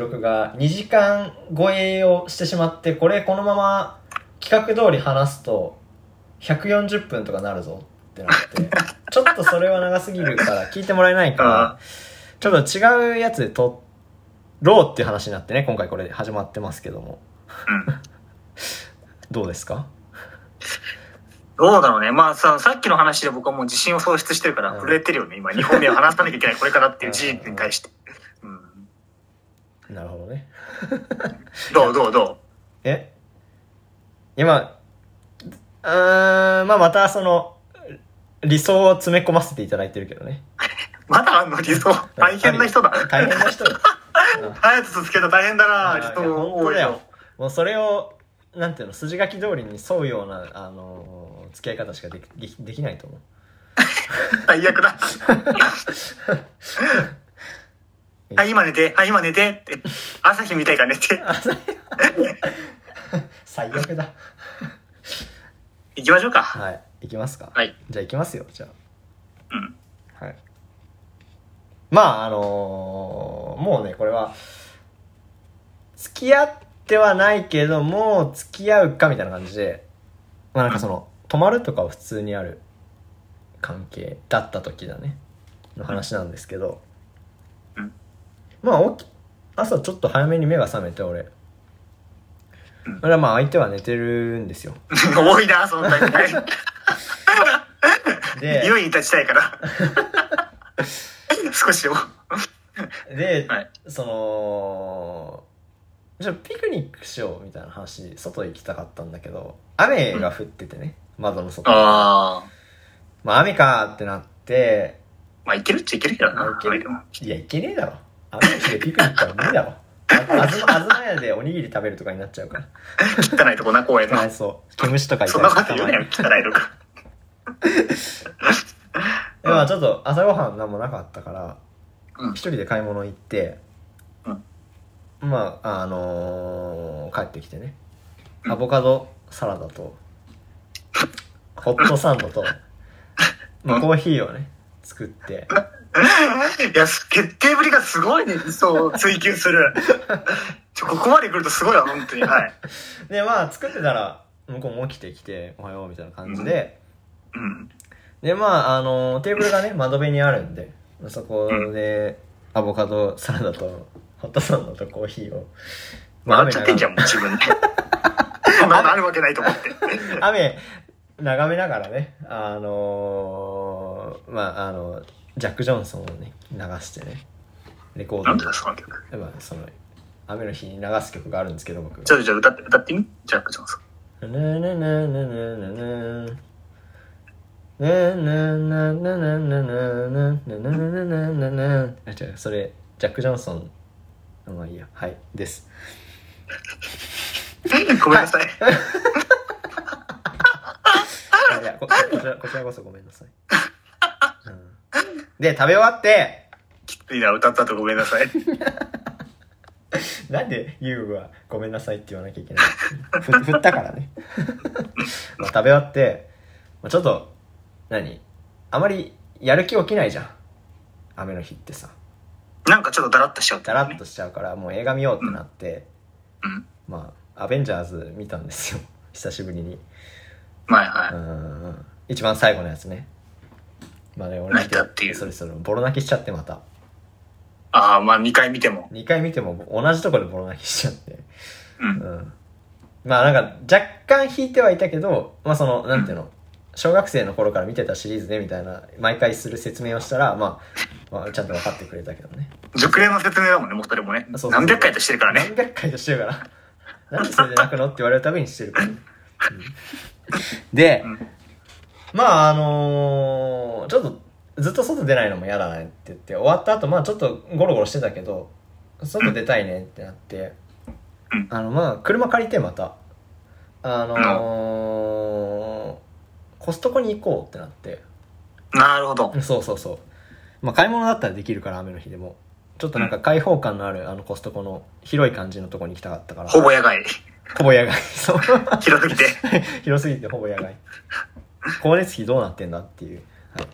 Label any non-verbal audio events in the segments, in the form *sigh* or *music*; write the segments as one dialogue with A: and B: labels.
A: 録が2時間超えをしてしまって、これこのまま企画通り話すと140分とかなるぞってなって、ちょっとそれは長すぎるから聞いてもらえないから、ちょっと違うやつで撮ろうっていう話になってね、今回これ始まってますけども。
B: うん。
A: どうですか
B: どうだろうね。まあさ、さっきの話で僕はもう自信を喪失してるから
A: うん
B: 震えてるよね。今、2本目を話さなきゃいけない、これからっていう事実に対して。うん。
A: なるほどね。
B: どうどうど
A: え今、うーん、まあまたその、理想を詰め込ませていただいてるけどね。
B: うまだあんの理想。大変な人だ。
A: 大変な人だ。うん
B: 早く続けた大変だな、理
A: いや
B: 想
A: 本当
B: 多い
A: だ
B: よ
A: よ。もうそれをなんていうの筋書き通りに沿うようなあのー付き合い方しかできできできないと思う
B: 最悪だ。 *laughs* はい、今寝て。はい、今寝て。って朝日見たいから寝て。
A: *laughs* 最悪だ
B: 行きましょうか。
A: はい行きますか、
B: はい。 *laughs*
A: じゃあ行きますよじゃ
B: うん。
A: あはいまああのーもうねこれは付き合ってはないけどもう付き合うかみたいな感じでまあなんかその泊まるとかは普通にある関係だった時だねの話なんですけど、
B: うん
A: まあ起き朝ちょっと早めに目が覚めて俺、
B: うん
A: それはまあ相手は寝てるんですよ
B: 多いな、その大会。 *laughs*
A: で
B: 優位に立ちたいから。少しでも。
A: で、
B: はい
A: そのじゃあピクニックしようみたいな話外行きたかったんだけど雨が降っててね、窓の外
B: ああ。
A: まあ雨かってなって
B: まあ、いけるっちゃいけるけどな。
A: いける
B: でも
A: いや行けねえだろ雨の日でピクニックは無理だろああずあずまやでおにぎり食べるとかになっちゃうから
B: 汚いとこな、公園
A: かわ
B: の
A: い。そう毛虫とかいた
B: そん
A: り
B: な
A: と
B: こと言うなよ、汚い
A: *laughs*
B: とこ。
A: でまあちょっと朝ごはん何もなかったから
B: うん
A: 一人で買い物行って、
B: うん
A: まああのー帰ってきてね
B: うん
A: アボカドサラダとホットサンド
B: *laughs*
A: と、まあ、コーヒーをね作って
B: いや、決定ぶりがすごいね、そう、追求する。ちょ、ここまで来るとすごいわ、本当に。はい。
A: でまあ作ってたら向こうも起きてきておはようみたいな感じで、
B: うん。
A: でまああのーテーブルがね窓辺にあるんでそこでアボカドサラダとホットサンドとコーヒーを、
B: 笑っ
A: 雨
B: ちゃってんじゃん、もう
A: *laughs*
B: 自分で。そんなのあるわけないと思って。
A: 雨眺めながらねあのーまああのジャック・ジョンソンをね流してねレコー
B: な
A: ド
B: ん
A: で
B: でだ、その曲。
A: まあその雨の日に流す曲があるんですけど僕
B: ちょっと、じゃあ歌って、歌ってみジャック・ジョンソン。
A: 「ななななななななななななななななななななあ違うそれジャック・ジョンソンあまあいいやはいです
B: ごめんなさい。
A: いやここちらこちらこそごめんなさい、うん、で食べ終わって
B: きついな、歌ったとごめんなさい。
A: なんでユウはごめんなさいって言わなきゃいけないのふ *laughs* 振ったからねまあ食べ終わって、まあ、ちょっと何あまりやる気起きないじゃん雨の日ってさ
B: なんかちょっとダラッとしちゃう
A: だらっとしちゃうからもう映画見ようってなって、
B: うん。
A: まあアベンジャーズ見たんですよ久しぶりに
B: はいは
A: う
B: い。
A: んうん一番最後のやつねまあね俺見
B: 泣いたっていう
A: それそれボロ泣きしちゃってまた
B: ああ、まあ2回見ても。
A: 2回見ても同じところでボロ泣きしちゃって
B: うん。
A: うんまあなんか若干引いてはいたけど、まあその、なんていうの、小学生の頃から見てたシリーズでみたいな、毎回する説明をしたら、まあ、まあ、ちゃんと分かってくれたけどね。
B: 熟練の説明だもんね、もうそれもね。
A: そうそう
B: 何百回としてるからね。
A: 何百回としてるから。 *laughs* なんでそれで泣くのって言われるたびにして
B: *laughs*
A: るから、ね。うんで、
B: うん
A: まああのーちょっとずっと外出ないのも嫌だねって言って終わった後まあちょっとゴロゴロしてたけど外出たいねってなって、
B: うん
A: あのまあ車借りてまたあのーコストコに行こうってなって
B: なるほど。
A: そうそうそうまあ買い物だったらできるから雨の日でもちょっとなんか開放感のあるあのコストコの広い感じのとこに行きたかったから
B: ほぼ野外。
A: ほぼ野外そう
B: 広 *laughs* すぎて。
A: 広すぎてほぼ野外光熱費どうなってんだっていう、は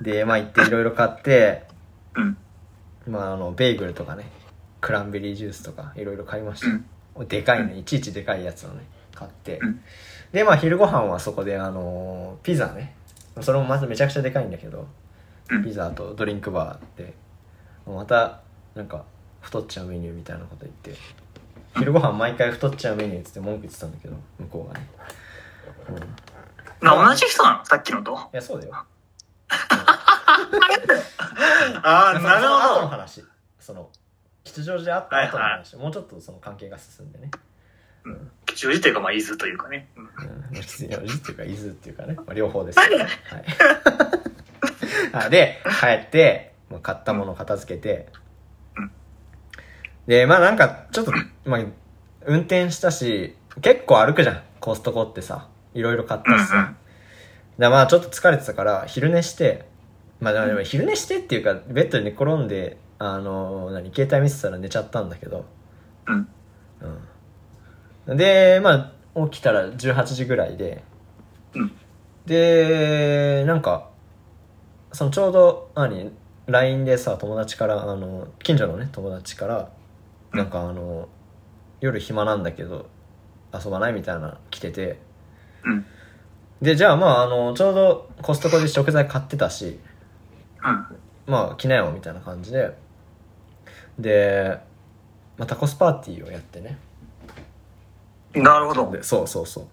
A: い、でまあ行っていろいろ買って
B: うん。
A: まああのベーグルとかねクランベリージュースとかいろいろ買いまし
B: うん
A: たでかいねいちいちでかいやつをね買って
B: うん
A: でまあ昼ご飯はそこであのーピザねそれもまずめちゃくちゃでかいんだけど
B: うん
A: ピザとドリンクバーでまたなんか太っちゃうメニューみたいなこと言って昼ご飯毎回太っちゃうメニューっつって文句言ってたんだけど向こうがね、うん、い
B: な同じ人なのさっきのと。
A: やそうだよ
B: ああ、
A: その
B: なる
A: その後の
B: ほど。
A: 話その吉祥寺で会った後の話、もうちょっとその関係が進んでね、
B: 吉祥寺というか、まあ、伊豆というかね。うん
A: うん、吉祥寺っていうか伊豆っていうかね、まあ、両方ですけど、はい *laughs* あ、で帰って、まあ、買ったもの片付けて、
B: うん
A: でまあなんかちょっと、まあ、運転したし結構歩くじゃんコストコってさいろいろ買ったしさ、
B: うんうん
A: でまあちょっと疲れてたから昼寝してまあでもでも昼寝してっていうかベッドに寝転んであの何携帯見てたら寝ちゃったんだけど
B: うん
A: うんでまあ起きたら18時ぐらいで、
B: うん
A: でなんかそのちょうど何 LINE でさ友達からあの近所のね友達から
B: うん
A: なんかあの夜暇なんだけど遊ばないみたいな来てて
B: うん
A: でじゃあまああのちょうどコストコで食材買ってたし
B: うん。
A: まあ来なよみたいな感じでで、まあ、タコスパーティーをやってね
B: なるほど。
A: でそうそうそう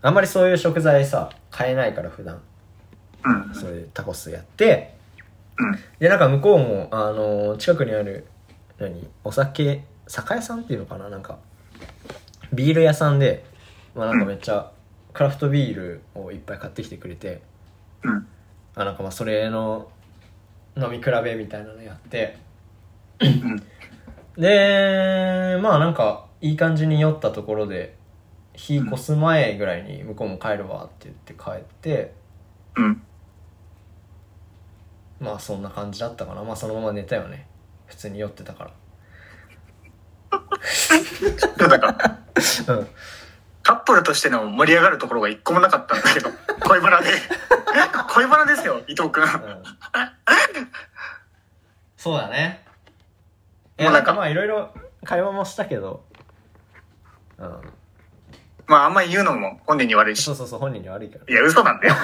A: あんまりそういう食材さ買えないから普段
B: うん。
A: それでタコスやって
B: うん
A: でなんか向こうもあの近くにある何お酒酒屋さんっていうのかななんかビール屋さんで、まあ、なんかめっちゃクラフトビールをいっぱい買ってきてくれて
B: うん。
A: あなんかまあそれの飲み比べみたいなのやって
B: うん。
A: でまあなんかいい感じに酔ったところで日越す前ぐらいに向こうも帰るわって言って帰って
B: うん。
A: まあそんな感じだったかなまあそのまま寝たよね普通に酔ってたか
B: でだから、
A: らうん
B: カップルとしての盛り上がるところが一個もなかったんだけど、 *laughs* 恋バナで。恋バナですよ、伊藤君。
A: うんそうだね。い
B: も
A: や、
B: う
A: な
B: なんんか
A: かまあいろいろ会話もしたけど、うん。
B: まあ、あんまり言うのも本人に悪いし
A: そ。うそうそう、本人に悪いから。
B: いや、嘘なんだよ。
A: か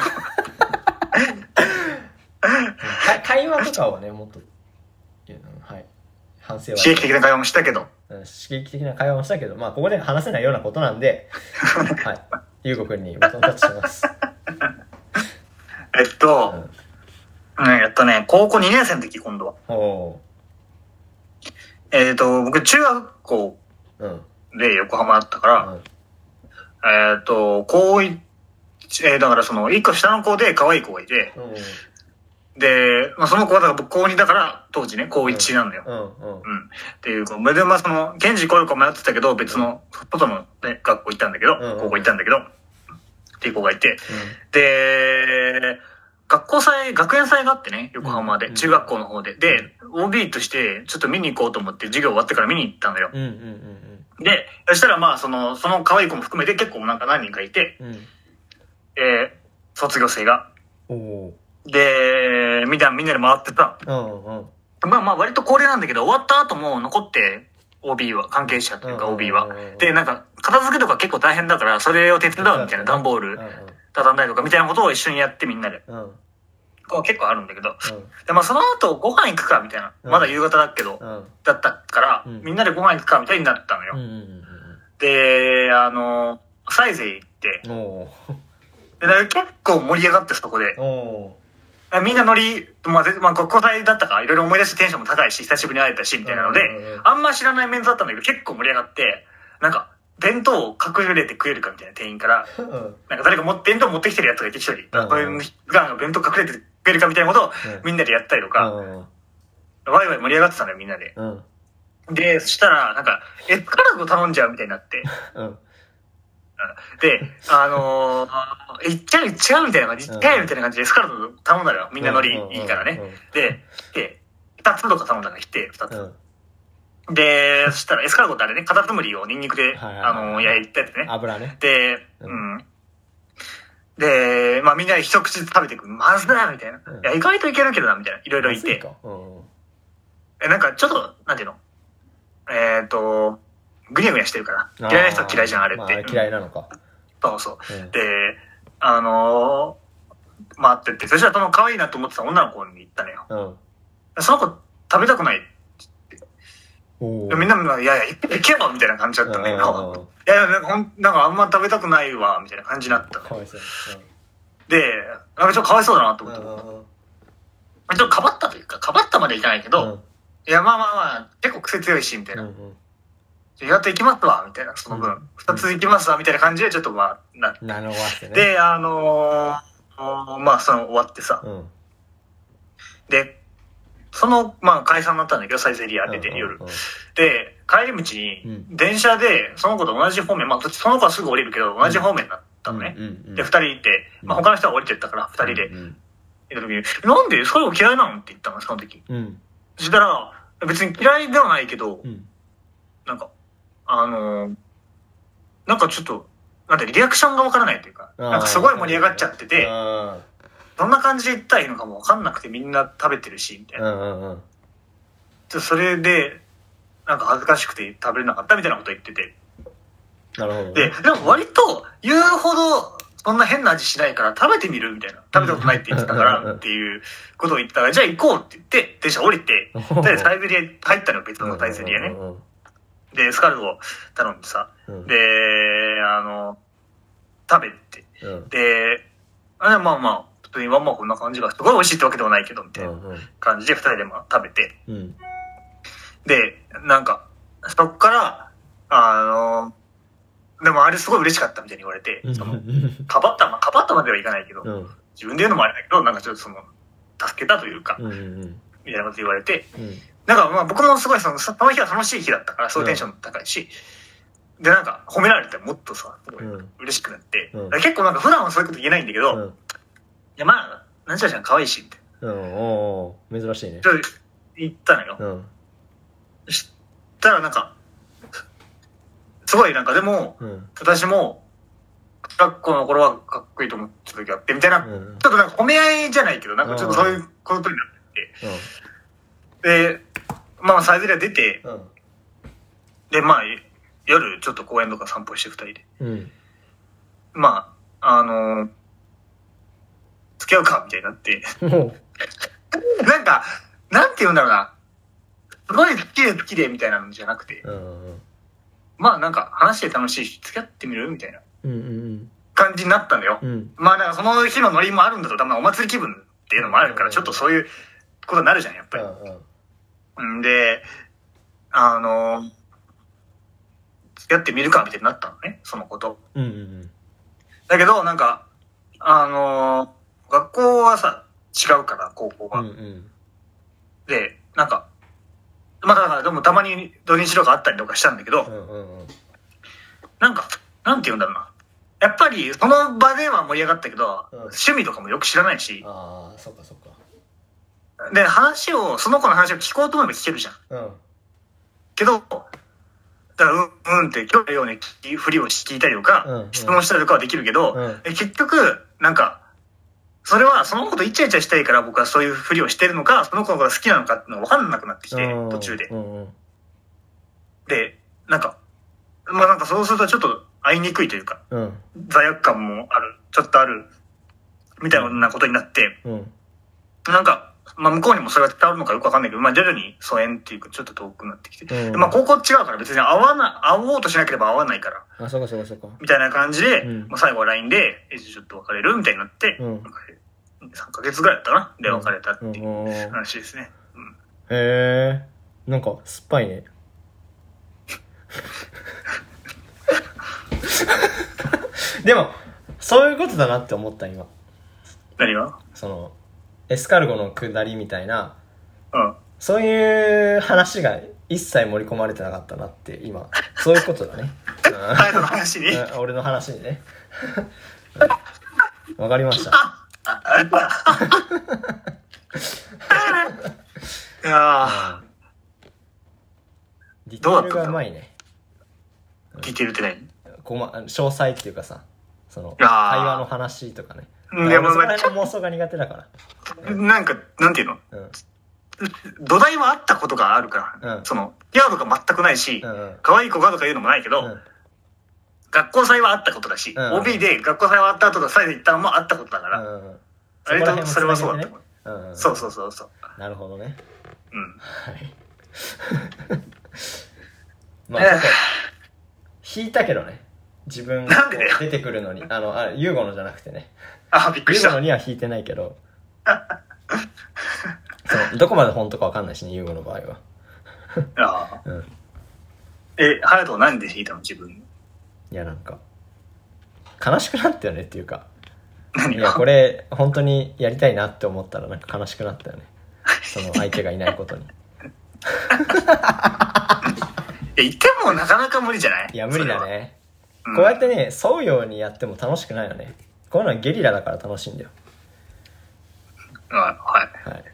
A: 会話とかをね、もっと、いやうんはい。反省は。
B: 刺激的な会話もしたけど。
A: うん刺激的な会話もしたけど、まあここで話せないようなことなん
B: *laughs*
A: で、はい。ゆうごくんにバトンタッチします。
B: えっ
A: う
B: と、
A: ん、
B: うん、えっとね、高校2年生の時、今度は。
A: お
B: えっと、僕、中学校
A: ーうん。
B: で横浜だったから、えっと、高一、えーだからその、一個下の子で可愛い子がいて、
A: うん。うん。
B: で、まあ、その子はだから僕高2だから、当時ね、高1なんだよ。
A: うん。うん。
B: うん。っていうか、まあで、まあその、ケンジ来るか迷ってたけど、別の、外の、ね、学校行ったんだけど、
A: うんうん
B: 高校行ったんだけど、っていう子がいて、で、学校祭、学園祭があってね、横浜
A: う
B: で、
A: ん
B: 中学校の方で。で、OB として、ちょっと見に行こうと思って、授業終わってから見に行ったんだよ。
A: うん。うん。うん。
B: で、そしたらまあ、その、その可愛い子も含めて結構なんか何人かいて、
A: うん。うん。
B: えー、卒業生が。
A: おー
B: で、みんな、みんなで回ってた。
A: うん。うん。
B: まあまあ、割と恒例なんだけど、終わった後も残って、OB は、関係者というか OB は。で、なんか、片付けとか結構大変だから、それを手伝うみたいな、段ボー
A: う
B: ル
A: ん、
B: 畳んだりとか、みたいなことを一緒にやってみんなで。
A: うんうん
B: こう結構あるんだけど。
A: うん
B: で、まあその後ご飯行くかみたいな。
A: うん
B: まだ夕方だけど、
A: うん
B: だったから、
A: うん
B: みんなでご飯行くかみたいになったのよ。
A: うんうん
B: で、あの、サイゼ行って、
A: うんお
B: でだから結構盛り上がってそこで
A: ー、お
B: みんな乗り、まあ、ぜまあ、国交祭だったから、いろいろ思い出してテンションも高いし、久しぶりに会えたし、みたいなので
A: うんうんうん、
B: あんま知らないメンズだったんだけど、結構盛り上がって、なんか、弁当を隠れて食えるかみたいな店員から、
A: ーうん
B: なんか誰かも弁当持ってきてるやつがいて一人、
A: うん
B: こういうが弁当隠れて食えるかみたいなことをみんなでやったりとか、
A: うん
B: ワイワイ盛り上がってたのよ、みんなで。
A: うん
B: で、そしたら、なんか、エスカラード頼んじゃうみたいになって。
A: うん *laughs*
B: で、あのー、行っちゃう、行っちゃうみたいな感じ、
A: うん
B: 行っちゃうみたいな感じでエスカラード頼んだのよ。みんな乗り
A: うんうんうん
B: いいからね。
A: う
B: で、で、二つとか頼んだのよ、来て、二つ。
A: んうん
B: で、そしたらエスカラゴってあれね、カタツムリをニンニク
A: はい
B: で、
A: はいはい
B: あの、焼いたやつね。
A: 油ね
B: で、
A: う
B: うん。で、まあみんなで一口ずつ食べていく。まずいなみたいな。
A: うん
B: いや、意外といけるけどな、みたいな。いろいろい
A: まずい
B: て。
A: かうんうん
B: えなんかちょっと、なんていうのえっ、と、ぐにゃぐにゃしてるから。嫌いな人は嫌いじゃん、あれって。
A: まあ、あれ嫌いなのか。
B: そうそう。
A: うん
B: で、あのー、回ってって、そしたらその可愛いなと思ってた女の子に行ったのよ。
A: うん。
B: その子食べたくない。
A: お
B: みんなも、いやいや、行って行けよみたいな感じだったんだけど、
A: か
B: いやいや、なんかほんなんかあんま食べたくないわ、みたいな感じになったの。
A: わいそう
B: で、なんかちょっとかわいそうだなと
A: うん
B: 思って、
A: う
B: ま
A: んうん
B: あちょっとかばったというか、かばったまでいかないけど、いや、まあまあまあ、結構癖強いし、みたいな。
A: うん
B: やっと行きますわ、みたいな、その
A: うん
B: 分。二、つ行きますわ、みたいな感じで、ちょっとまあ、なっ
A: うんなるわけね
B: て、あのーまあ、その終わってさ、
A: うん
B: で、その、まあ、解散になったんだけど、サイゼリア出て、夜。で、帰り道
A: う
B: に、
A: ん
B: 電車で、その子と同じ方面、まあ、その子はすぐ降りるけど、同じ方面だったのね。
A: うんうんうん
B: で、二人で、まあ、
A: うん
B: 他の人は降りてったから、二人で、
A: うん
B: 行った時に、なんで、それを嫌いなのって言ったの、その時。
A: うん
B: そしたら、別に嫌いではないけど、
A: うん
B: なんか、あのーなんかちょっと、なんてリアクションがわからないというか、なんかすごい盛り上がっちゃってて、
A: あ
B: どんな感じで言ったらいいのかもわかんなくてみんな食べてるし、み
A: ー
B: たいうな。
A: んうんうん
B: ちょっとそれで、なんか恥ずかしくて食べれなかったみたいなこと言ってて。
A: なるほど
B: で、でも割と言うほど、そんな変な味しないから食べてみるみたいな。食べたことないって言ってたか
A: うんうん
B: らっていうことを言ったから、じゃあ行こうって言って、電車降りて、
A: おー
B: で、サイゼリアに入ったの、別のサイゼリア
A: う
B: ね
A: ん。うん
B: で、スカルドを頼んでさ、
A: うん
B: で、あの、食べて、
A: うん
B: で、あまあまあ、普通にまあまあこんな感じが、すごい美味しいってわけではないけど、みたいな
A: うん
B: 感じで二人でまあ食べて、
A: うん
B: で、なんか、そこから、あの、でもあれすごい嬉しかったみたいに言われて
A: う、ん
B: その、かばった、まあ、かばったまではいかないけど、
A: うん
B: 自分で言うのもあれだけど、なんかちょっとその、助けたというか、
A: うんうん
B: みたいなこと言われて、
A: うん
B: なんかまあ僕もすごいその、その日は楽しい日だったから、そういうテンション高いし、で、なんか褒められてもっとさ、すごい
A: うん
B: 嬉しくなって、
A: うん
B: 結構なんか普段はそういうこと言えないんだけど、
A: うん
B: いや、まあ、なんちゃらちゃん可愛いし、みたい
A: うんおー珍しいね
B: な。ちょっと言ったのよ。
A: うん
B: そしたらなんか、すごいなんかでも、
A: うん
B: 私も、中学校の頃はかっこいいと思ってた時あって、みたいな、
A: う
B: ちょ
A: んうん
B: っとなんか褒め合いじゃないけど、なんかちょっとそういうことになって。で、まあサイズリア出て、
A: うん
B: で、まあ、夜ちょっと公園とか散歩して二人で。
A: うん
B: まあ、あのー付き合うか、みたいになって。
A: もう
B: *laughs* なんか、なんて言うんだろうな。すごい好きで好きでみたいなのじゃなくて、
A: うんうん
B: まあなんか話して楽しいし、付き合ってみるみたいな
A: うんうん
B: 感じになったんだよ。
A: うんうん
B: まあなんかその日のノリもあるんだと、多分お祭り気分っていうのもある
A: う
B: から、
A: ん
B: ちょっとそういうことになるじゃん、やっぱり。んで、あのー、付き合ってみるかみたいになったのね、そのこと。
A: うんうん
B: だけど、なんか、あのー、学校はさ、違うから、高校
A: う
B: は。
A: んうん
B: で、なんか、まあだから、でもたまに土日とかあったりとかしたんだけど、
A: うんうんうん
B: なんか、なんて言うんだろうな。やっぱり、その場では盛り上がったけど、
A: うん
B: 趣味とかもよく知らないし、
A: ああそっかそっか
B: で、話を、その子の話を聞こうと思えば聞けるじゃ
A: う
B: ん。
A: ん
B: けど、だから、うん、うんって、今日のように聞きふりをし聞いたりとか、
A: うんうん
B: 質問したりとかはできるけど、
A: うん
B: え結局、なんか、それは、その子とイチャイチャしたいから僕はそういうふりをしてるのか、その子が好きなのかっていうのが分かんなくなってきて、
A: うん
B: 途中で。
A: うんうん
B: で、なんか、まあなんかそうするとちょっと会いにくいというか、
A: うん
B: 罪悪感もある、ちょっとある、みたいなことになって、
A: うん
B: なんか、まあ向こうにもそれが伝わるのかよくわかんないけど、まあ徐々に疎遠っていうかちょっと遠くなってきて、
A: うん
B: まあ高校違うから別に会わな、会おうとしなければ会わないから、
A: あそっかそっかそっか
B: みたいな感じで、
A: うん
B: まあ最後は LINE で、え、ちょっと別れるみたいになって、
A: うん
B: なんか3ヶ月ぐらいだったな、で別れたって
A: うん
B: いう
A: うんうんへ
B: 話ですね。うん
A: えなんか酸っぱいね *laughs* でもそういうことだなって思った今
B: 何が
A: そのエスカルゴの下りみたいな
B: うん。
A: そういう話が一切盛り込まれてなかったなって今そういうことだ
B: *laughs*
A: ね、
B: 最後の話に。
A: うん、俺の話にね *laughs* わかりました
B: いや
A: ディテールがうまいね
B: ー、聞いてるって何
A: こまあの詳細っていうかさその会
B: あー
A: 話の話とかね
B: うんでも
A: 俺そこら
B: まあちょ
A: 辺の妄想が苦手だか
B: なんか、なんていうの
A: ら、うん、
B: 土台はあったことがあるから、
A: うん
B: その、ピアノとか全くないし、
A: うんうん
B: 可愛い子がとか言うのもないけど、
A: うん
B: 学校祭はあったことだし、
A: うん
B: OB で学校祭はあった後と再で行ったのもあったことだから、
A: うんうん
B: 割とそれはそうだと
A: こ
B: 思
A: ら
B: う。
A: 辺もつなげてねうんうん
B: そうそうそうそう。
A: なるほどね
B: うん。
A: はい *laughs* まあちょっと引いたけどね自分が
B: なんでだよ
A: 出てくるのにあのあユーゴのじゃなくてね
B: あ、びっく
A: ユ
B: りし
A: ーゴ
B: た。
A: のには引いてないけ
B: *laughs*
A: どそのどこまで本当かわかんないしねユーゴの場合は
B: あー
A: うん
B: え、ハヤトは何で弾いたの自分。
A: いやなんか悲しくなったよねっていうか
B: 何
A: いや
B: が
A: これ本当にやりたいなって思ったらなんか悲しくなったよねその相手がいないことに
B: いや、いてもなかなか無理じゃない
A: いや無理だ。
B: それは
A: ね
B: うん
A: こうやってね沿うようにやっても楽しくないよねこういうのはゲリラだから楽しいんだよ
B: うんはい。
A: はい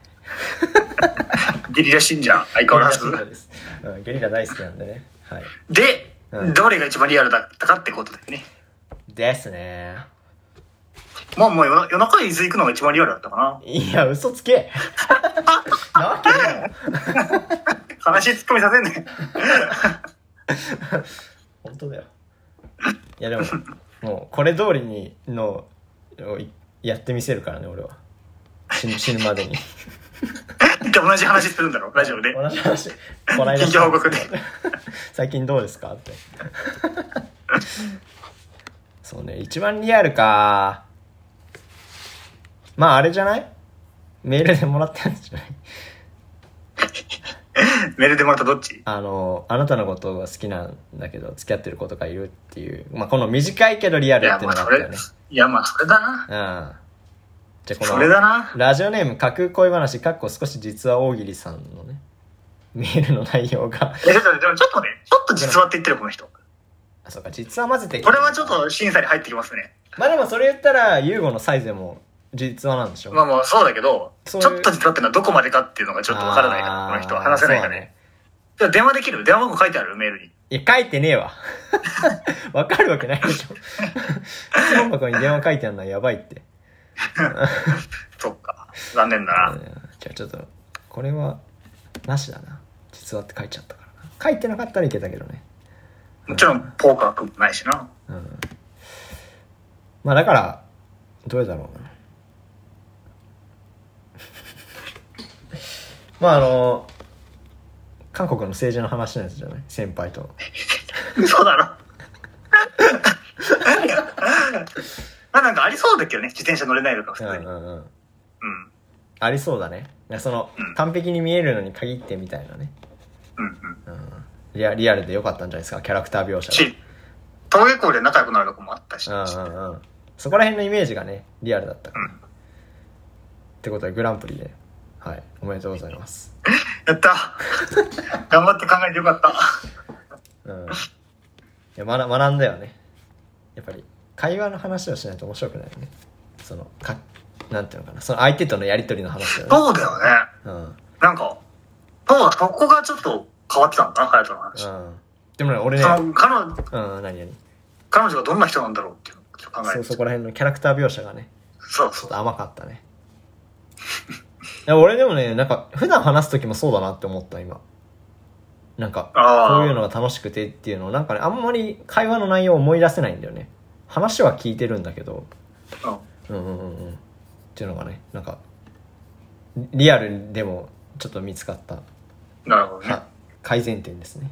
B: ゲリラ信者、相変わらず
A: ゲリ。ラです、うん、ゲリラ大好きなんでねはい
B: で、
A: うん
B: どれが一番リアルだったかってことだよね。
A: ですね
B: まあもう夜夜中伊豆行くのが一番リアルだったか
A: いや嘘つ
B: *laughs*
A: けなわけねえよ
B: な。話突っ込みさせんね。 *laughs*
A: 本当だよいやでももうこれ通りにのをいやってみせるからね俺は死ぬ死ぬまで
B: *laughs*
A: に
B: で、同じ話するんだろ、ラジオで。
A: 同じ話こないだ
B: 緊急報告で。
A: *laughs* 最近どうですかってそうね一番リアルかまああれじゃないメールでもらったんじゃない
B: メールでもらったどっち
A: あのあなたのことが好きなんだけど付き合ってる子とかいるっていうまあこの短いけどリア
B: い
A: ルっ
B: や、
A: ていう
B: ま
A: の
B: あ
A: があった
B: それ
A: よね、
B: いや、まあそれだな。
A: うんじゃあこ
B: それ
A: の
B: だな。
A: ラジオネーム架空恋話かっこ少し実は大喜利さんのねメールの内容が *laughs*
B: いや、ちょっと、でもちょっとね、ちょっと実話って言ってる、この人。
A: あそうか実は混ぜて
B: これはちょっと審査に入ってきますね。
A: まあでもそれ言ったら、ユーゴのサイズも実話なんでしょ
B: まあまあそうだけど、ち
A: そ
B: ょ
A: う
B: っ
A: いう
B: と実話ってのはどこまでかっていうのがちょっとわからないから、
A: あー
B: この人は話せないから
A: そうだ
B: ね。じゃあ電話できる電話番号書いてあるメールに。
A: いや、書いてねえわ。 *laughs* わかるわけないでしょ。質問箱に電話書いてあるのはやばいって。
B: そっか。残念だ
A: うん
B: な。
A: じゃあちょっと、これは、なしだな。実話って書いちゃったからな。書いてなかったらいけたけどね。
B: もちろん、ポーカーくんもないしな。
A: うん。まあだから、どれだろうな。 *laughs* まああの、韓国の政治の話のやつじゃない先輩と。
B: *laughs* そうだろ。まあなんかありそうだけどね、自転車乗れないとか普
A: うん
B: 通に。
A: う
B: うん。
A: んうん。ありそうだね。いやその、
B: うん
A: 完璧に見えるのに限ってみたいなね。
B: うんうん。
A: うん。リアリアルで良かったんじゃないですか、キャラクター描写が。
B: し、登下校で仲良くなるとこもあったし。
A: うんうんうん。そこら辺のイメージがね、リアルだったから。
B: うん
A: ってことで、グランプリで。はい。おめでとうございます。
B: やった頑張って考えてよかった。
A: うん。いや、学学んだよね。やっぱり、会話の話をしないと面白くないよね。その、か、なんていうのかな。その相手とのやりとりの話だよね。
B: そうだよね。
A: うん。
B: なんか、そうだ、そこがちょっと変わってたんだな、隼人の話。
A: うん。でもね、俺ね、
B: その彼
A: う
B: 女
A: ん、何々。
B: 彼女がどんな人なんだろうっていうのをちょっと考え
A: そ
B: て
A: う、そこら辺のキャラクター描写がね。
B: そう
A: ちょ
B: そ
A: っ
B: う
A: と甘かったね。いや俺でもね、なんか普段話す時もそうだなって思った今。なんか、
B: あー
A: こういうのが楽しくてっていうのをなんかね、あんまり会話の内容を思い出せないんだよね。話は聞いてるんだけど、
B: うん
A: うんうんうんうん。っていうのがね、なんか、リアルでもちょっと見つかった、
B: なるほどね
A: は改善点ですね。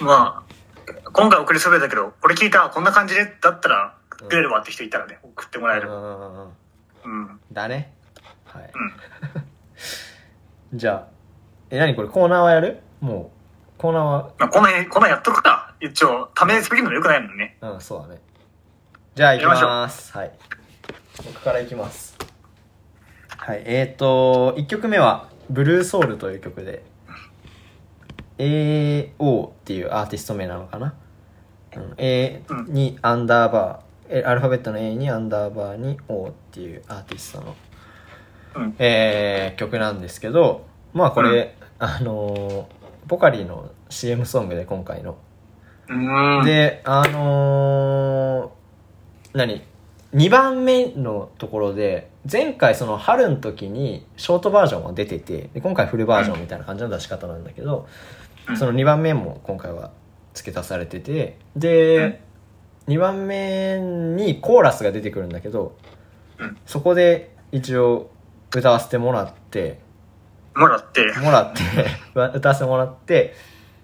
B: まあ今回送りそびれたけどこれ聞いたこんな感じでだったら
A: うん
B: くれればって人いたらね送っても
A: う
B: らえ
A: ん
B: る
A: うんうんうん
B: うん、
A: だね。はい。 *laughs*
B: うん
A: じゃあ、え、何これコーナーはやるもう、コーナーは
B: まあ、こんなこんなんやっとくか一応ためすぎるのよくないのにね
A: うん、そうだね。じゃあ、行き
B: やり
A: まーす。はい。僕から行きます。はい、えーと、1曲目は、ブルーソウルという曲で、AO っていうアーティスト名なのかな。うん、A にアンダーバー、えアルファベットの A にアンダーバーに O っていうアーティストの、
B: うん
A: えー曲なんですけど、まあこれ、あのーポカリの CM ソングで今回の、
B: うーん
A: であのー何2番目のところで前回その春の時にショートバージョンは出ててで今回フルバージョンみたいな感じの出し方なんだけど、
B: うん
A: その2番目も今回は付け足されててで、2番目にコーラスが出てくるんだけど、
B: うん
A: そこで一応歌わせてもらって
B: もらって、
A: もらって *laughs* 歌わせてもらって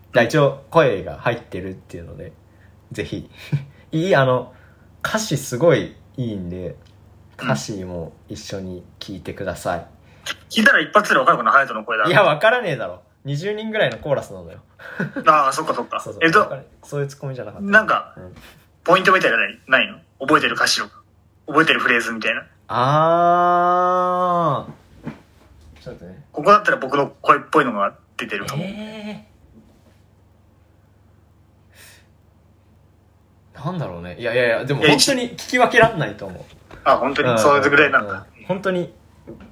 A: だから一応声が入ってるっていうのでぜひ *laughs* いいあの歌詞すごいいいんで歌詞も一緒に聞いてください、
B: 聞いたら一発で分かるかな、ハヤトの声だ。
A: いやわからねえだろ20人ぐらいのコーラスなのよ
B: ああ、そっかそっか。
A: そうそう
B: えっ
A: わか
B: と、
A: るそういうツッコミじゃなかった
B: なんか、
A: うん
B: ポイントみたいなのないの覚えてる歌詞とか。覚えてるフレーズみたいな。
A: あーちょっとね
B: ここだったら僕の声っぽいのが出てるかも。
A: えー、なんだろうねいやいやいやでも
B: え
A: 本当に聞き分けらんないと思う
B: あ、本当に、それぐらいなんだ。
A: うん本当に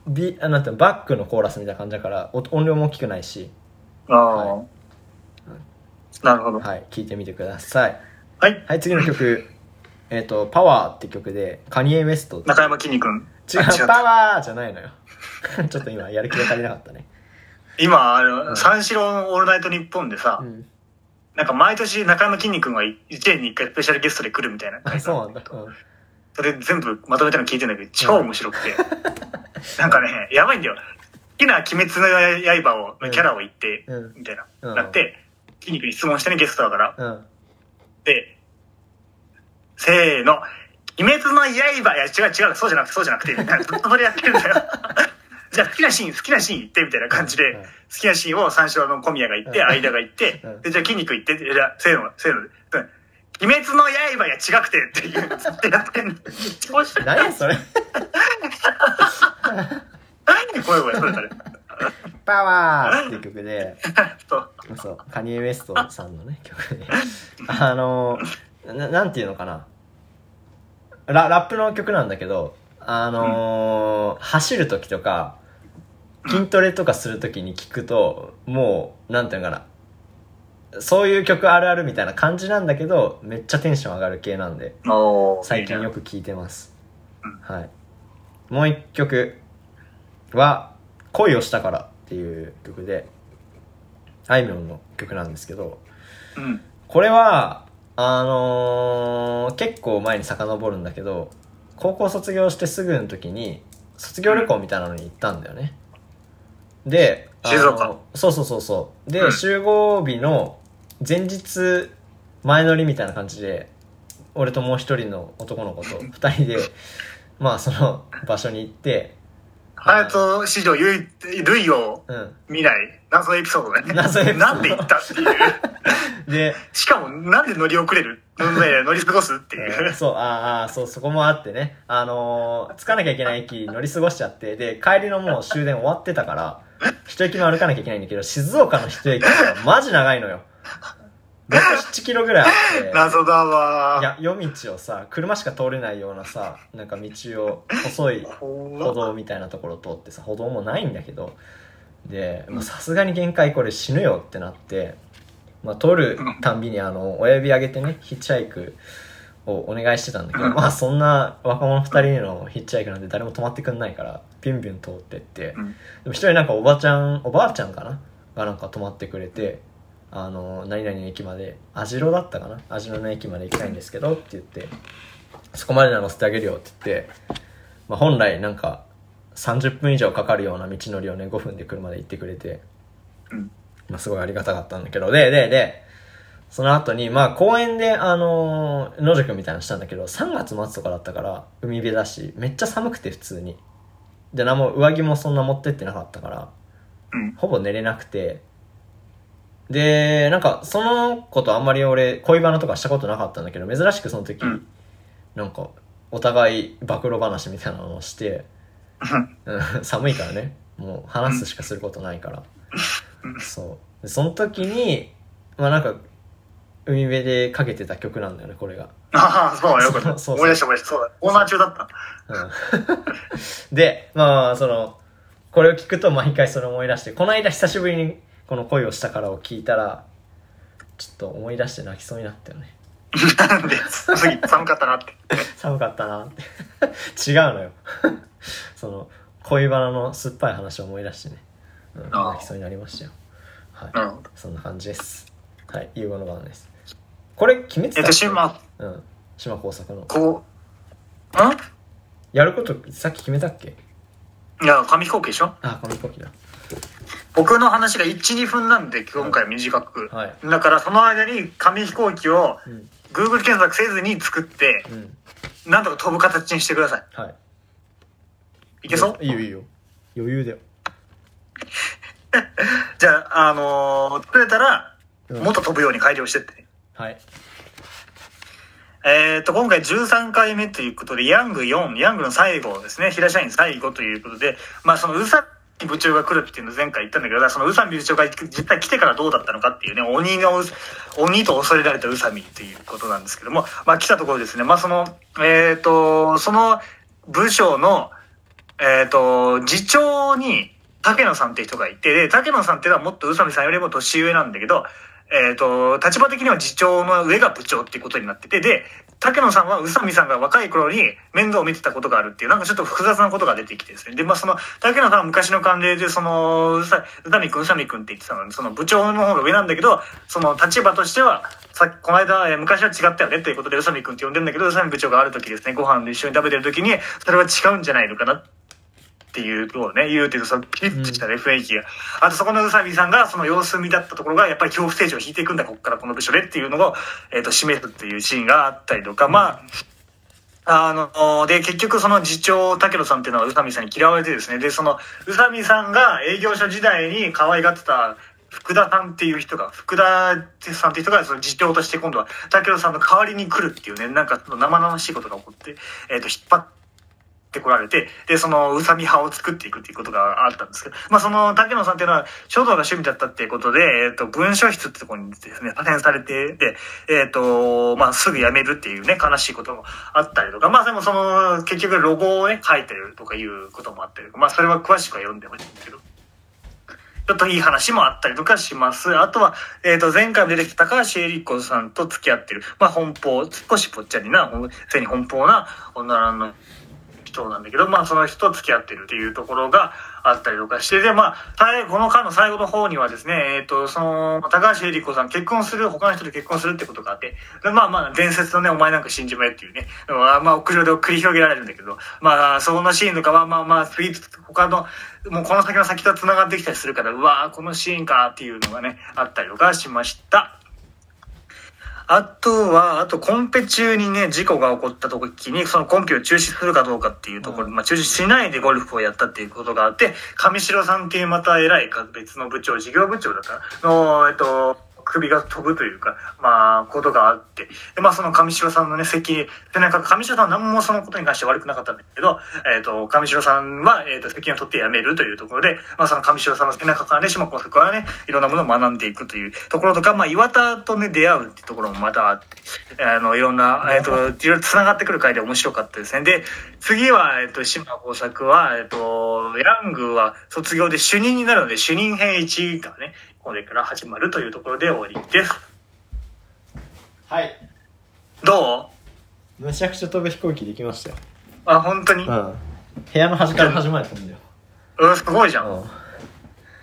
A: ビあなんていうのバックのコーラスみたいな感じだからお音量も大きくないし、
B: あ
A: は
B: あ。なるほど。
A: はい、聞いてみてください
B: はい。
A: はい次の曲 *laughs* えっ、と「パワーって曲でカニエ・ウェスト
B: 中山きんに君。
A: 違
B: あ
A: う「パワーじゃないのよ *laughs* ちょっと今やる気が足りなかったね、
B: 今、あ
A: う
B: の、
A: ん
B: 三四郎のオールナイトニッポンでさ、
A: うん、
B: なんか毎年中山きんに君が1年に1回スペシャルゲストで来るみたいな
A: あ
B: 回
A: *laughs* そうなん
B: だ
A: だ、うん
B: それ全部まとめたの聞いてんだけど、超面白くて。 *laughs* なんかね、やばいんだよ。好きな鬼滅の刃を、
A: うん
B: キャラを言って、
A: うん
B: みたいな。
A: うん
B: なって、筋肉に質問してね、ゲストだから。
A: うん
B: で、せーの、鬼滅の刃、いや、違う違う、そうじゃなくて、そうじゃなくて、みたいな。ずっとそれやってるんだよ。 *laughs* じゃあ好きなシーン、好きなシーン言って、みたいな感じで、
A: うん
B: 好きなシーンを三四郎の小宮が言って、
A: うん
B: 間が言って
A: うん、
B: で、じゃあ筋肉言って、じゃあ、せーの、せーので。うん鬼滅の刃、いや、違くて、っていう、ずっとやって
A: *laughs*
B: んの。超面白い。
A: 何やそれ *laughs*
B: ごめんごめん、それそれ。
A: 「パワーっていう曲で
B: そう。
A: そう、カニエ・ウェストさんのね、曲で。あのな、なんていうのかな。ララップの曲なんだけど、あのー走る時とか、筋トレとかする時に聞くと、もう、なんていうのかな。そういう曲あるあるみたいな感じなんだけど、めっちゃテンション上がる系なんで、
B: おー
A: 最近よく聞いてます
B: うん。
A: はい。もう一曲は、恋をしたからっていう曲で、あいみょんの曲なんですけど、
B: うん。
A: これは、あのー結構前に遡るんだけど、高校卒業してすぐの時に、卒業旅行みたいなのに行ったんだよね。で、あの
B: 静岡
A: そうそうそうそう。
B: う
A: で、
B: ん
A: 集合日の前日、前乗りみたいな感じで、俺ともう一人の男の子
B: *laughs*
A: と二人で、まあその場所に行って、
B: ハヤト史上唯一、類を
A: うん。
B: 見ない謎エピソードだね。
A: 謎エピソード
B: なんで行ったっていう。
A: で、
B: しかも、なんで乗り遅れるなんで乗り過ごすってい
A: えー *laughs*
B: う。
A: そう、あーあー、そう、そこもあってね。あのー、着かなきゃいけない駅乗り過ごしちゃって、で、帰りのもう終電終わってたから、一駅も歩かなきゃいけないんだけど、静岡の一駅がマジ長いのよ。6、7キロぐらいあって。
B: 謎だわ
A: いや、夜道をさ、車しか通れないようなさ、なんか道を、細い歩
B: 怖っ
A: 道みたいなところを通ってさ、歩道もないんだけど、で、もうさすがに限界これ死ぬよってなって、まあ、通るたんびにあの、親指上げてね、ヒッチハイクをお願いしてたんだけど、
B: うん
A: まあ、そんな若者二人のヒッチハイクなんて誰も止まってくんないから、ビュンビュン通ってって、
B: うん
A: でも一人なんかおばちゃん、おばあちゃんかながなんか止まってくれて、あの、何々の駅まで、網代だったかな網代の駅まで行きたいんですけどって言って、そこまでなら乗せてあげるよって言って、まあ、本来なんか30分以上かかるような道のりをね5分で車で行ってくれて、
B: うん
A: まあ、すごいありがたかったんだけどでででその後にまあ公園であのー野宿みたいなのしたんだけど3月末とかだったから海辺だしめっちゃ寒くて普通にで何も上着もそんな持ってってなかったから
B: うん。
A: ほぼ寝れなくてでなんかその子とあんまり俺恋バナとかしたことなかったんだけど珍しくその時、
B: うん
A: なんかお互い暴露話みたいなのをして、うん寒いからねもう話すしかすることないから
B: うん
A: そうでその時にまあなんか海辺でかけてた曲なんだよねこれが、
B: ああ、そう、よかった。
A: そうそうそう
B: 思い出した思い出した。そうだ。オーナー中だった。
A: うん、でまあまあまあそのこれを聞くと毎回それを思い出してこの間久しぶりにこの「恋をしたから」を聞いたらちょっと思い出して泣きそうになったよね *laughs*
B: なんで、寒すぎて寒かったなって。
A: 寒かったなって *laughs* 違うのよ *laughs* その恋バナの酸っぱい話を思い出してね、うん、
B: ああ
A: 泣きそうになりましたよはい
B: なるほど。
A: そんな感じですはい融合のバナナですこれ決めてたっ
B: えっと、
A: け
B: 島、
A: うん島工作の
B: こう、ん
A: やることさっき決めたっけ
B: いや、紙飛行機でしょ
A: あこの時だ
B: 僕の話が1、2分なんで、今回短く。
A: はい
B: だから、その間に紙飛行機を
A: うん
B: Google 検索せずに作って、
A: うん
B: なんとか飛ぶ形にしてくださ
A: はい
B: い。いけそう
A: いいよいいよ余裕だよ、
B: じゃあ、あのー作れたら、
A: うん
B: もっと飛ぶように改良してってね。
A: はい
B: えー、と今回13回目ということでヤング4ヤングの最後ですね平社員最後ということでまあその宇佐美部長が来るっていうのを前回言ったんだけどその宇佐美部長が実際来てからどうだったのかっていうね鬼の鬼と恐れられた宇佐美ということなんですけどもまあ来たところですねまあそのえー、とその部署のえー、と次長に竹野さんっていう人がいてで竹野さんっていうのはもっと宇佐美さんよりも年上なんだけどえー、と立場的には次長の上が部長っていうことになっててで竹野さんは宇佐美さんが若い頃に面倒を見てたことがあるっていうなんかちょっと複雑なことが出てきてですねで、まあ、その竹野さんは昔の慣例でその宇佐宇佐美君宇佐美君って言ってたのでその部長の方が上なんだけどその立場としてはさこの間、えー昔は違ったよねということで宇佐美君って呼んでんだけど宇佐美部長がある時ですねご飯で一緒に食べてる時にそれは違うんじゃないのかなっていうのをね言うっていうそのピリッとしたね雰囲気があとそこの宇佐美さんがその様子見だったところがやっぱり恐怖ステージを引いていくんだここからこの部署でっていうのを、えー、と示すっていうシーンがあったりとか、まああので結局その次長武野さんっていうのは宇佐美さんに嫌われてですねでその宇佐美さんが営業所時代に可愛がってた福田さんっていう人が福田さんっていう人がその次長として今度は武野さんの代わりに来るっていうねなんかその生々しいことが起こって、えー、と引っ張って。ってこられて、で、その、宇佐美派を作っていくっていうことがあったんですけど、まあ、その、竹野さんっていうのは、書道が趣味だったっていうことで、えっ、と、文書室ってとこにですね、派遣されて、で、えっ、と、まあ、すぐ辞めるっていうね、悲しいこともあったりとか、まあ、でもその、結局、ロゴをね、書いてるとかいうこともあったりとか、まあ、それは詳しくは読んでほしいんですけど、ちょっといい話もあったりとかします。あとは、えっ、と、前回も出てきた高橋恵理子さんと付き合ってる、まあ、奔放、少しぽっちゃりな、背に奔放な女の人なんだけど、まあ、その人と付き合ってるっていうところがあったりとかして、で、まあ、最後この回の最後の方にはですね、えっ、と、その、高橋恵理子さん結婚する、他の人と結婚するってことがあって、でまあまあ、伝説のね、お前なんか信じまえっていうね、まあ、まあ、屋上で繰り広げられるんだけど、まあ、そのシーンとかは、まあまあ、スイーツ、他の、もうこの先の先と繋がってきたりするから、うわーこのシーンかっていうのがね、あったりとかしました。あとは、あとコンペ中にね、事故が起こった時に、そのコンペを中止するかどうかっていうところ、
A: うん
B: まあ中止しないでゴルフをやったっていうことがあって、上白さんっていうまた偉いか別の部長、事業部長だから、の、えっと、首が飛ぶというか、まあ、ことがあって、で、まあ、その上白さんのね、席、で、なんか上白さんは何もそのことに関して悪くなかったんだけど、えっ、と、上白さんは、えっ、と、責任を取って辞めるというところで、まあ、その上白さんの背中からね、島子からね、いろんなものを学んでいくというところとか、まあ、岩田とね、出会うってところもまたあって、あの、いろんな、えっ、と、いろいろ繋がってくる回で面白かったですね。で、次は、えっ、と、島工作は、えっ、と、ヤングは卒業で主任になるので、主任編1がね、これから始まるというところで終わりです。
A: はい
B: どう
A: めちゃくちゃ飛ぶ飛行機できましたよ
B: あ、本当に
A: うん部屋の端から端まで飛んだよ
B: うん、すごいじゃん。
A: うん
B: ちょ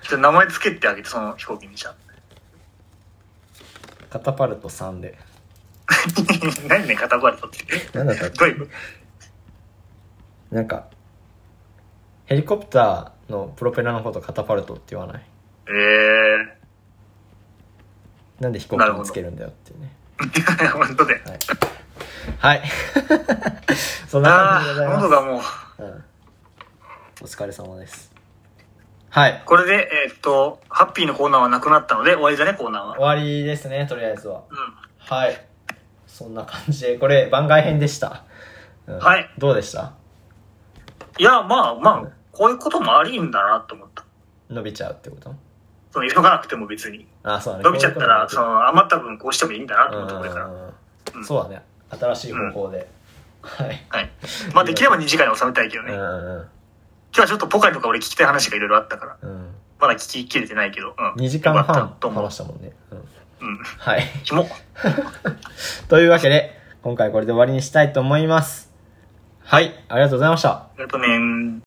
B: っと名前つけてあ *laughs* げて、その飛行機にじゃん。
A: カタパルト3で
B: 何ね、肩バルトって。
A: なんだったっ
B: どういう
A: けなんかヘリコプターのプロペラのことカタパルトって言わない
B: え
A: なんで飛行機につけるんだよっていうね
B: ー、 *laughs* 本当で。
A: はい *laughs* そんな感
B: あ
A: じでござい
B: あ、
A: ます
B: 喉がもう。
A: うんお疲れ様ですはい
B: これで、えーっと、ハッピーのコーナーはなくなったので、終わりだね、コーナーは
A: 終。わりですねとりあえずは
B: う
A: はいそんな感じでこれ番外編でした、うん
B: はい
A: どうでした
B: ん。いや、まあまあ、こういうこともありんだなと思った。
A: 伸びちゃうってこと
B: その、急がなくても別に。
A: あそうだね
B: 伸びちゃった
A: こういう
B: ら、
A: こと
B: その、余った分こうしてもいいんだなと思って、これから。
A: う
B: うんん
A: そうだね新しい方法で、はい
B: はい。まあ、できれば2時間に収めたいけど
A: う
B: ね。今
A: んうん
B: 日はちょっとポカリとか俺聞きたい話がいろいろあったから、
A: うん
B: まだ聞ききれてないけど、うん。
A: 2時間
B: よかった
A: 半
B: と思う
A: 話したもんね、うん
B: うん。
A: はい。 *laughs*
B: キモ。
A: というわけで、今回これで終わりにしたいと思います。はい、ありがとうございました。
B: ありがとうね。